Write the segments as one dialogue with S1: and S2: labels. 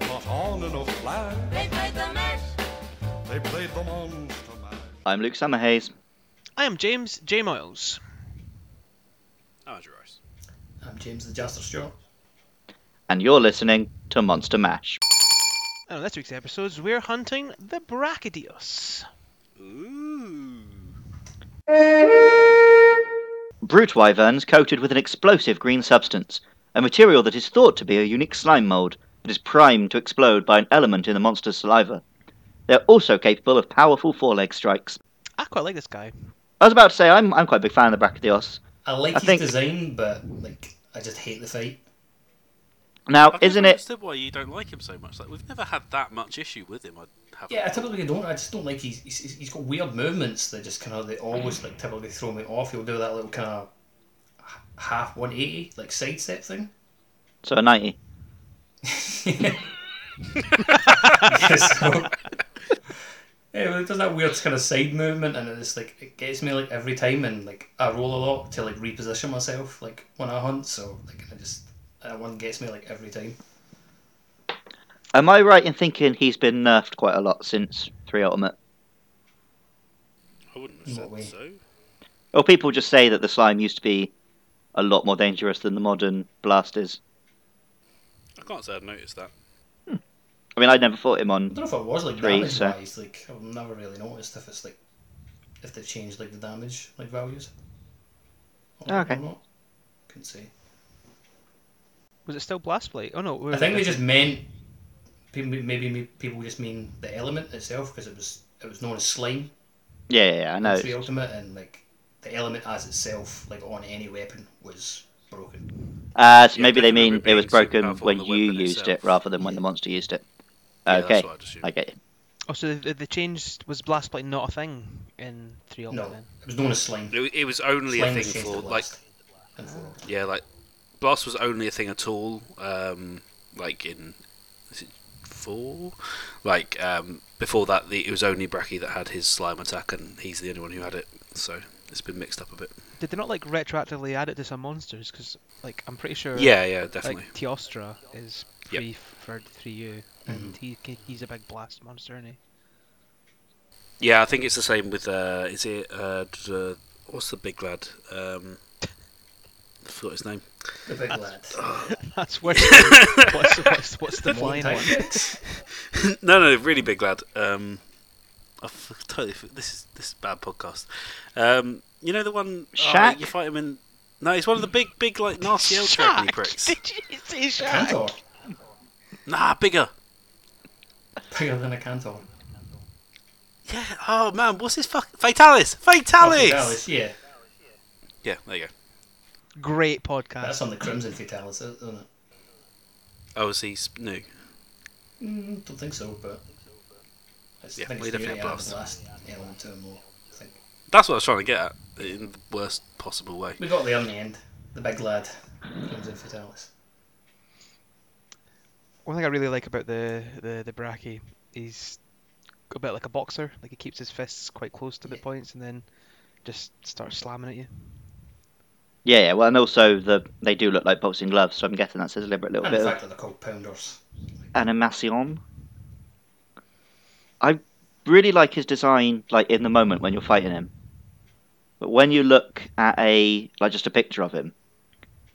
S1: not on in a flash.
S2: They played the mash.
S1: They played the monster mash.
S3: I'm Luke Summerhayes.
S4: I am James J. Miles.
S5: I'm Andrew Rice.
S6: I'm James the Jester Stewart.
S3: and you're listening to Monster Mash.
S4: And on this week's episodes, we're hunting the Brachydeus.
S5: Ooh.
S3: Brute wyverns coated with an explosive green substance, a material that is thought to be a unique slime mold that is primed to explode by an element in the monster's saliva. They're also capable of powerful foreleg strikes.
S4: I quite like this guy.
S3: I was about to say, I'm, I'm quite a big fan of the Brachydeos.
S6: I like
S3: I
S6: his
S3: think-
S6: design, but like I just hate the fight.
S3: Now,
S5: I've
S3: isn't
S5: never
S3: it?
S5: Understood why you don't like him so much. Like we've never had that much issue with him. I have.
S6: Yeah, I typically don't. I just don't like he's he's, he's got weird movements that just kind of they always like typically throw me off. He'll do that little kind of half one eighty like side step thing.
S3: So, a 90.
S6: yeah, so, yeah, well, it does that weird kind of side movement, and it's like it gets me like every time, and like I roll a lot to like reposition myself like when I hunt. So like I just that one gets me like every time.
S3: Am I right in thinking he's been nerfed quite a lot since 3 Ultimate?
S5: I wouldn't
S6: In
S5: have said
S6: what way?
S5: so.
S3: Or people just say that the slime used to be a lot more dangerous than the modern blast is?
S5: I can't say I've noticed that.
S3: I mean, I never fought him
S6: I
S3: on.
S6: don't know if it was like
S3: Three,
S6: damage
S3: so-
S6: wise. Like I've never really noticed if it's like if they've changed like the damage like values. Or-
S3: Oh, Okay.
S6: Or not. Couldn't say.
S4: Was it still Blastblade? Oh no,
S6: I think they just meant people maybe me- people just mean the element itself because it was it was known as slime.
S3: Yeah, yeah, yeah I know.
S6: Three ultimate and like the element as itself like on any weapon was broken.
S3: Uh, so
S5: Yeah,
S3: maybe they
S5: definitely
S3: mean it
S5: being
S3: was
S5: super
S3: broken
S5: powerful
S3: when
S5: on the
S3: you
S5: weapon
S3: used it
S5: itself.
S3: rather than when the monster used it.
S5: Yeah,
S3: okay,
S5: That's what I'd assume.
S3: I get you.
S4: Oh, so they, they changed. Was Blastblade not a thing in 3 Ultimate
S6: No,
S4: then?
S6: it was known as slime.
S5: It, it was only
S6: slime
S5: a
S6: was
S5: thing
S6: changed
S5: for
S6: to
S5: like
S6: blast and for ultimate.
S5: yeah, like blast was only a thing at all. Um, like in is it four? Like um, before that, the, it was only Bracky that had his slime attack, and he's the only one who had it. So it's been mixed up a bit.
S4: Did they not like retroactively add it to some monsters? Because like I'm pretty sure.
S5: Yeah, yeah, definitely.
S4: Like Teostra is
S5: Yep.
S4: free for 3U, and
S6: Mm-hmm.
S4: he he's a big blast monster, isn't he?
S5: Yeah, I think it's the same with. Uh, is it uh, d- uh, what's the big lad? Um, I forgot his name.
S6: The big lad.
S4: That's worse. than- what's, what's, what's the
S6: Modern
S4: flying one?
S6: tactics.
S5: no, no, really big lad. Um, I f- totally. f- This is this is bad podcast. Um, you know the one. oh,
S3: Shaq?
S5: you fight him in. No, he's one of the big, big, like nasty old trappy pricks.
S4: Did you say Shaq?
S6: Cantor.
S5: Nah, bigger.
S6: Bigger than a cantor.
S5: Yeah. Oh man, what's his fuck? Fatalis. Fatalis.
S6: Fatalis, yeah.
S5: Yeah, there you go.
S4: Great
S3: Uh.
S4: podcast.
S6: That's on the Crimson Fatalis, isn't it?
S5: Oh, is he sp- new?
S6: Mm, don't think so, but I just
S5: Yeah,
S6: think
S5: we
S6: it's new
S5: definitely
S6: to add
S5: blast.
S6: the last element to him, though, I think.
S5: That's what I was trying to get at in the worst possible way.
S6: We got there in the end. The big lad, Crimson Fatalis.
S4: One thing I really like about the the the Bracky, he's a bit like a boxer. Like he keeps his fists quite close to the points and then just starts slamming at you.
S3: Yeah, yeah. Well, and also the they do look like boxing gloves, so I'm guessing that's a deliberate little
S6: And the
S3: bit
S6: fact
S3: of
S6: that they're called pounders.
S3: animation. I really like his design, like in the moment when you're fighting him. But when you look at a like just a picture of him,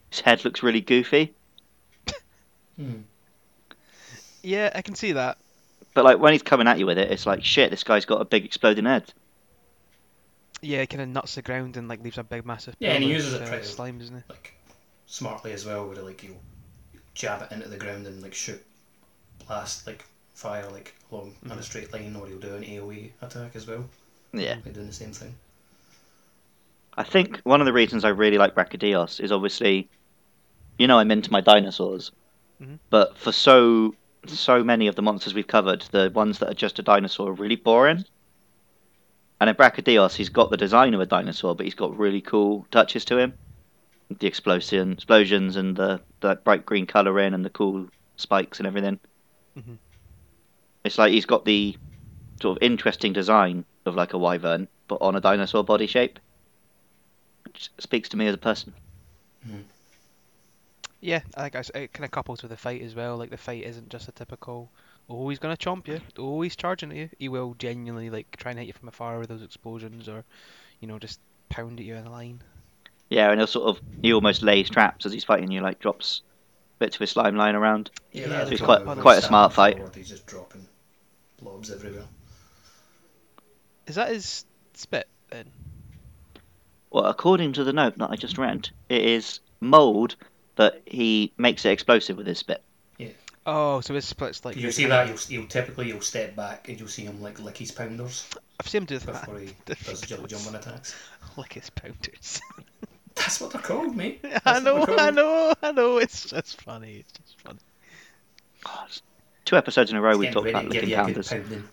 S3: his head looks really goofy.
S6: Hmm.
S4: Yeah, I can see that.
S3: But like when he's coming at you with it, it's like shit. This guy's got a big exploding head.
S4: Yeah, he kind of nuts the ground and like leaves a big massive.
S6: Yeah, and he
S4: pile of,
S6: uses it
S4: uh,
S6: pretty-
S4: slime, doesn't he?
S6: like smartly as well, where like you jab it into the ground and like shoot blast like fire like along on a straight line, or he'll do an AOE attack as well.
S3: Yeah.
S6: Like doing the same thing.
S3: I think one of the reasons I really like Brachydeos is obviously, you know, I'm into my dinosaurs,
S4: Mhm.
S3: but for so so many of the monsters we've covered, the ones that are just a dinosaur are really boring. And in Brachydeos, he's got the design of a dinosaur, but he's got really cool touches to him, the explosion explosions and the the bright green coloring and the cool spikes and everything.
S4: Mhm.
S3: It's like he's got the sort of interesting design of like a wyvern, but on a dinosaur body shape which speaks to me as a person.
S4: Yeah, I think it's- it kind of couples with the fight as well. Like the fight isn't just a typical, oh he's gonna chomp you, oh he's charging at you. He will genuinely like try and hit you from afar with those explosions, or you know just pound at you in a line.
S3: Yeah, and he'll sort of he almost lays traps as he's fighting you, like drops bits of his slime lying around.
S4: Yeah,
S6: that
S4: so
S3: it's
S6: other
S3: quite-
S6: chap who
S3: quite a
S6: was
S3: smart
S6: standing
S3: fight.
S6: forward, He's just dropping blobs everywhere.
S4: Is that his spit then?
S3: Well, according to the note that I just read, it is mold that he makes it explosive with his spit.
S4: Oh, so his split's like.
S6: You
S4: this
S6: see
S4: kind
S6: that?
S4: of-
S6: You'll, you'll typically you'll step back and you'll see him like lick his pounders
S4: I've seen him do that.
S6: before he does jump jumping attacks.
S4: Like his pounders.
S6: That's what they're called, mate.
S4: I
S6: That's what
S4: know,
S6: they're
S4: I
S6: called.
S4: know, I know. It's just funny. It's just funny.
S3: God, two episodes in a row
S6: He's
S3: we've
S6: getting
S3: talked
S6: ready
S3: about
S6: to give
S3: licking
S6: you a good
S3: pounders.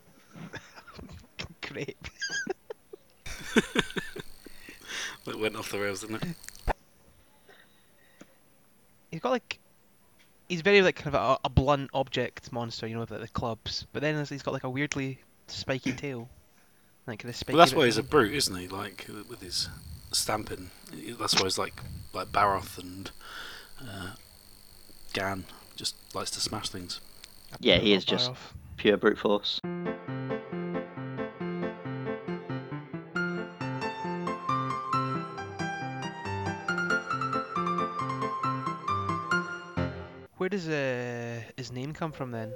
S6: pounding.
S4: Great.
S5: It went off the rails, didn't it?
S4: he's got like he's very like kind of a, a blunt object monster, you know, with like, the clubs. But then he's got like a weirdly spiky tail, like kind of spiky.
S5: Well, that's
S4: bit
S5: why he's a
S4: going.
S5: brute, isn't he? Like with his stamping. That's why he's like like Baroth and uh, Gan. Just likes to smash things.
S3: Yeah, he
S4: Not
S3: is
S4: far
S3: just
S4: off.
S3: pure brute force.
S4: Where does uh, his name come from then?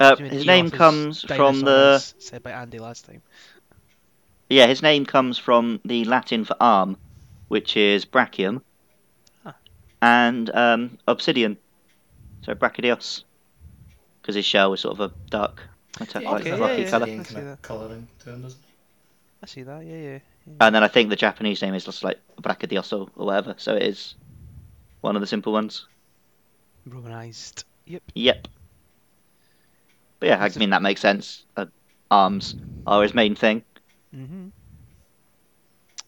S3: Uh,
S4: Presumably
S3: his
S4: Eos
S3: name
S4: is
S3: comes from the
S4: dinosaurs, said by Andy last time.
S3: yeah, his name comes from the Latin for arm, which is brachium,
S4: Huh.
S3: and um, obsidian, so brachidios, because his shell is sort of a dark, a t- like
S4: okay,
S3: a
S4: yeah,
S3: rocky
S4: yeah,
S3: color.
S4: yeah. I see that.
S6: Colouring to him, doesn't
S4: I see that. Yeah, yeah.
S3: And then I think the Japanese name is just like brachidioso or whatever, so it is one of the simple ones.
S4: Romanized. Yep.
S3: Yep. But yeah, I
S4: Is it-
S3: mean that makes sense. Uh, arms are his main thing.
S4: Mhm.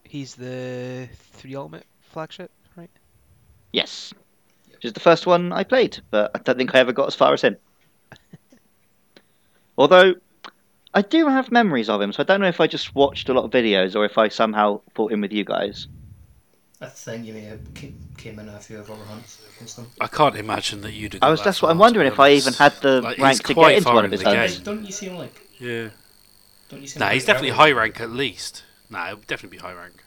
S4: He's the three element flagship, right?
S3: Yes. Which is the first one I played, but I don't think I ever got as far as him. Although, I do have memories of him, so I don't know if I just watched a lot of videos or if I somehow fought in with you guys.
S6: he? I think you may have came, came in a few of our hunts against him.
S5: I can't imagine that you'd. have
S3: I
S5: got
S3: was-
S5: that
S3: that's what I'm
S5: far, to be
S3: wondering, if I
S5: honest.
S3: even had the
S5: Like,
S3: rank
S5: he's
S3: to get
S5: quite
S3: into
S5: far
S3: one of
S5: in
S3: his
S5: the
S3: hunts.
S5: game.
S6: Don't you seem like?
S5: Yeah.
S6: Don't you seem?
S5: Nah,
S6: like
S5: he's
S6: a
S5: definitely
S6: rebel?
S5: high rank at least. Nah, it would definitely be high rank.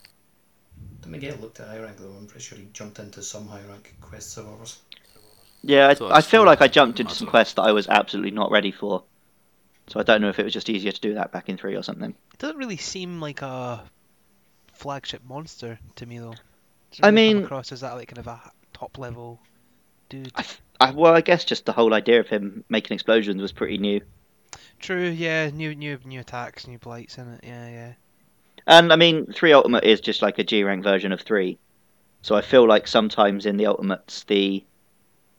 S6: Let me get looked at high rank though. I'm pretty sure he jumped into some high rank quests of ours.
S3: Yeah,
S5: So
S3: I, I
S5: it's
S3: feel
S5: fun.
S3: like I jumped into some
S5: Awesome.
S3: quests that I was absolutely not ready for. So I don't know if it was just easier to do that back in 3 or something.
S4: It doesn't really seem like a flagship monster to me, though. Doesn't
S3: I
S4: really come
S3: mean-
S4: across as that like kind of a top level dude.
S3: I, f- I- well, I guess just the whole idea of him making explosions was pretty new.
S4: True, yeah. New, new, new attacks, new blights in it. Yeah, yeah.
S3: And Um, I mean, 3 Ultimate is just like a G rank version of 3. So I feel like sometimes in the Ultimates, the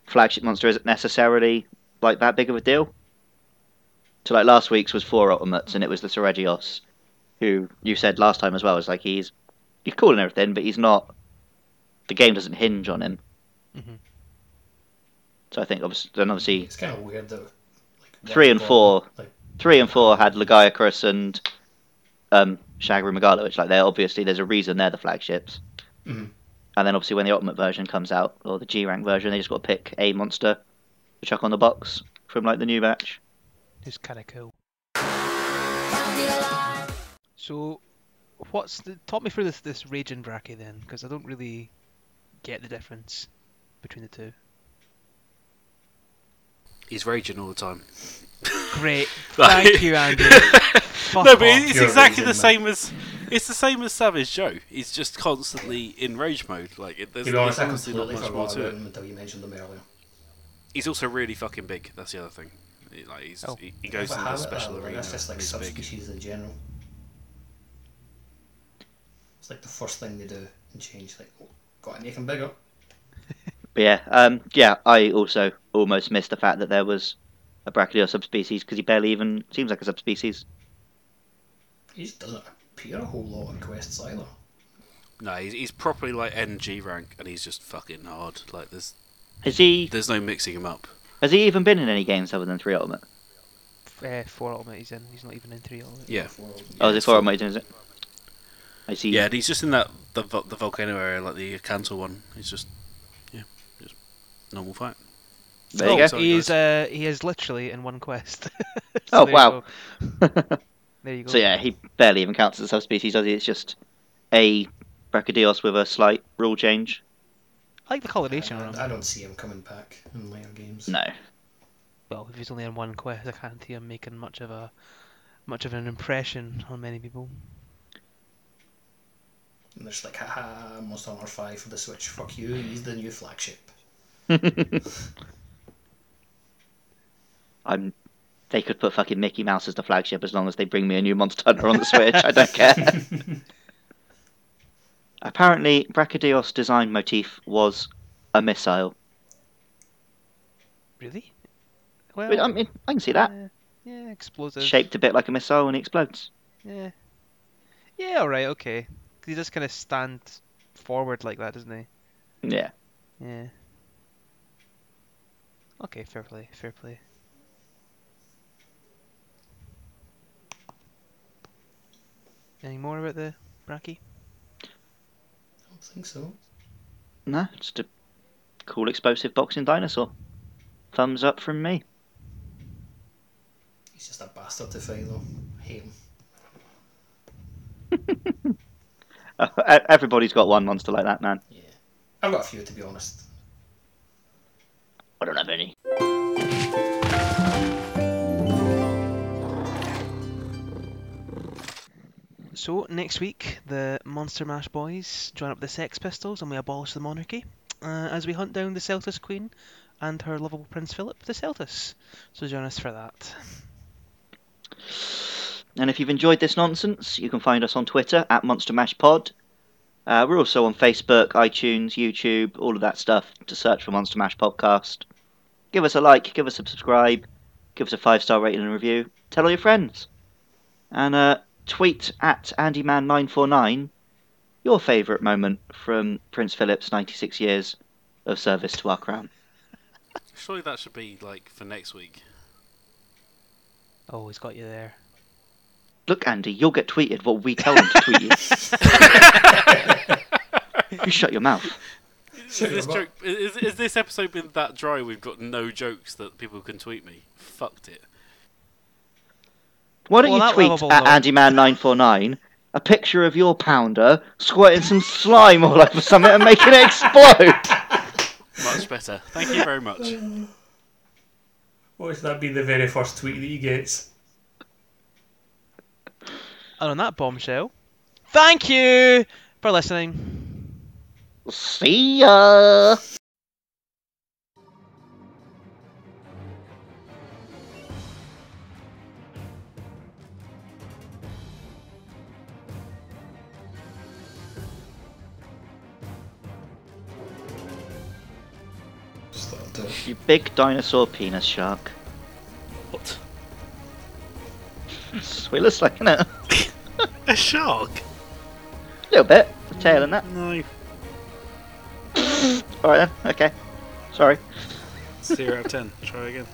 S3: flagship monster isn't necessarily like that big of a deal. So like last week's was 4 Ultimates, and it was the Seregios, who you said last time as well, is like he's, he's cool and everything, but he's not. The game doesn't hinge on him.
S4: Mhm.
S3: So I think obviously, then obviously
S6: It's kind of weird though. Like,
S3: Three and
S6: one
S3: four.
S6: got, Like
S3: three and four had Lagiacrus and um, Shagru Magala, which like they're obviously there's a reason they're the flagships.
S6: Mhm.
S3: And then obviously when the ultimate version comes out or the G rank version, they just got to pick a monster to chuck on the box from like the new batch.
S4: It's kind of cool. So, what's the? Talk me through this this raging bracky then, because I don't really get the difference between the two.
S5: He's raging all the time.
S4: Great,
S5: Like-
S4: thank you, Andy. Fuck
S5: no,
S4: off.
S5: but it's
S6: You're
S5: exactly the
S6: raging,
S5: same as it's the same as Savage Joe. He's just constantly in rage mode. Like it, there's,
S6: to be honest,
S5: there's
S6: I
S5: honestly not
S6: completely
S5: much more
S6: forgot
S5: to
S6: about
S5: it.
S6: him until you mentioned him earlier.
S5: He's also really fucking big. That's the other thing. He, like he's,
S4: Oh.
S5: he, he goes
S6: But
S5: to
S6: how
S5: the
S6: about
S5: special
S6: that, like,
S5: arena.
S6: That's just like
S5: and he's big.
S6: subspecies in general. It's like the first thing they do and change. Like, oh, got to make him bigger.
S3: But yeah, um, yeah, I also almost missed the fact that there was a Brachydeo subspecies because he barely even seems like a subspecies.
S6: He just doesn't appear a whole lot in quests either.
S5: No, he's, he's properly like NG rank, and he's just fucking hard. Like there's
S3: Has he
S5: there's no mixing him up.
S3: has he even been in any games other than three ultimate?
S4: Uh, four ultimate he's in. He's not even in three ultimate.
S5: Yeah,
S6: Four of them.
S3: oh, is it
S5: it's
S3: four
S5: four.
S3: ultimate? Is it? I see.
S5: yeah, and he's just in that the vo- the volcano area, like the Cantor one. He's just yeah, just normal fight.
S3: There you
S5: Oh,
S3: go.
S5: sorry,
S4: He is,
S5: guys.
S4: uh, he is literally in one quest. So
S3: Oh,
S4: there you
S3: wow.
S4: go. There you go.
S3: So yeah, he barely even counts as a subspecies, does he? It's just a Brachydeos with a slight rule change.
S4: I like the coloration on him.
S6: I don't see him coming back in later games.
S3: No.
S4: Well, if he's only in one quest, I can't see him making much of a much of an impression on many people.
S6: And they're just like, haha, Monster Hunter 5 for the Switch, fuck you, he's the new flagship.
S3: I'm. They could put fucking Mickey Mouse as the flagship as long as they bring me a new Monster Hunter on the Switch. I don't care. Apparently, Brachydeos' design motif was a missile.
S4: Really? Well,
S3: But, I mean, I can see that.
S4: yeah, yeah, explosive.
S3: Shaped a bit like a missile and it explodes.
S4: Yeah. Yeah. All right. Okay. 'Cause he just kind of stand forward like that, doesn't he?
S3: Yeah.
S4: Yeah. Okay. Fair play. Fair play. Any more about the Bracky?
S6: I don't think so.
S3: No, just a cool explosive boxing dinosaur. Thumbs up from me.
S6: He's just a bastard to fight, though. I hate him.
S3: Uh, e- everybody's got one monster like that, man.
S6: Yeah. I've got a few, to be honest.
S3: I don't have any.
S4: So next week, the Monster Mash boys join up the Sex Pistols and we abolish the monarchy uh, as we hunt down the Celtus Queen and her lovable Prince Philip, the Celtus. So join us for that.
S3: And if you've enjoyed this nonsense, you can find us on Twitter at Monster Mash Pod. Uh, we're also on Facebook, iTunes, YouTube, all of that stuff. To search for Monster Mash Podcast. Give us a like, give us a subscribe, give us a five star rating and review. Tell all your friends, and uh, tweet at AndyMan949 your favourite moment from Prince Philip's 96 years of service to our crown.
S5: Surely that should be like for next week.
S4: Oh, he's got you there.
S3: Look, Andy, you'll get tweeted what we tell them to tweet you. you shut your mouth.
S5: Is
S6: Sure,
S5: this
S6: but-
S5: joke? Is, is this episode been that dry? We've got no jokes that people can tweet me. Fucked it.
S3: Why don't
S4: Well,
S3: you
S4: that
S3: tweet
S4: lovable
S3: at
S4: note.
S3: AndyMan949 a picture of your pounder squirting some slime all over something and making it explode?
S5: Much better. Thank you very much.
S6: What if that be the very first tweet that he gets?
S4: And on that bombshell, thank you for listening.
S3: See ya!
S6: Just let him do it.
S3: You big dinosaur penis shark.
S5: What?
S3: That's what it looks like, innit? A
S5: A shark?
S3: little bit. The tail and that.
S5: No.
S3: Alright then, okay. Sorry.
S5: Zero out of ten. Try again.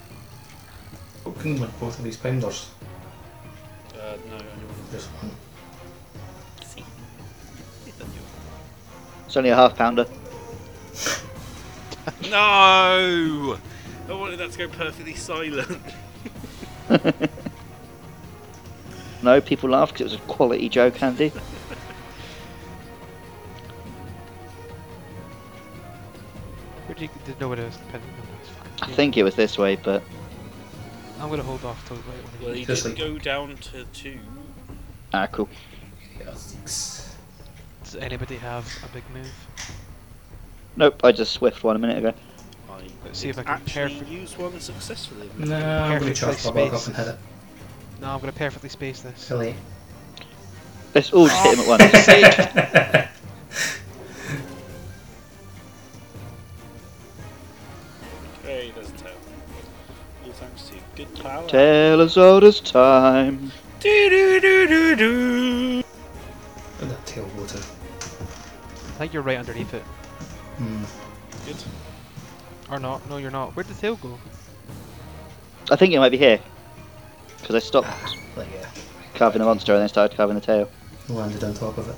S6: What can like both of these pounders?
S5: Uh, no, only one.
S6: There's one.
S3: It's only a half pounder.
S5: No! I wanted that to go perfectly silent.
S3: No, people laughed because it was a quality joke, Andy.
S4: Where did, you, did nobody else pin
S3: I think it was this way, but
S4: I'm gonna hold off till right
S5: Well, he
S6: Just
S5: did
S6: like-
S5: go down to two.
S3: ah, cool.
S6: Yeah, six.
S4: Does anybody have a big move?
S3: Nope, I just swift one a minute ago.
S5: I
S4: Let's see if I can pair.
S5: actually used one successfully.
S6: No, I'm gonna
S4: Perfectly
S6: charge my back up
S4: spaced.
S6: and hit it.
S4: No, I'm gonna perfectly space this.
S6: Till eight.
S3: Let's all just hit him at once.
S5: Hey, there's a tail. All thanks to good power.
S3: Tale of Zelda's time.
S5: Do do do do do.
S6: Where'd that tail go to?
S4: I think you're right underneath it.
S6: Hmm.
S5: Good.
S4: Or not? No, you're not. Where'd the tail go?
S3: I think it might be here. Because I stopped
S6: Ah, like yeah.
S3: carving the monster and then started carving the tail.
S6: Landed on top of it.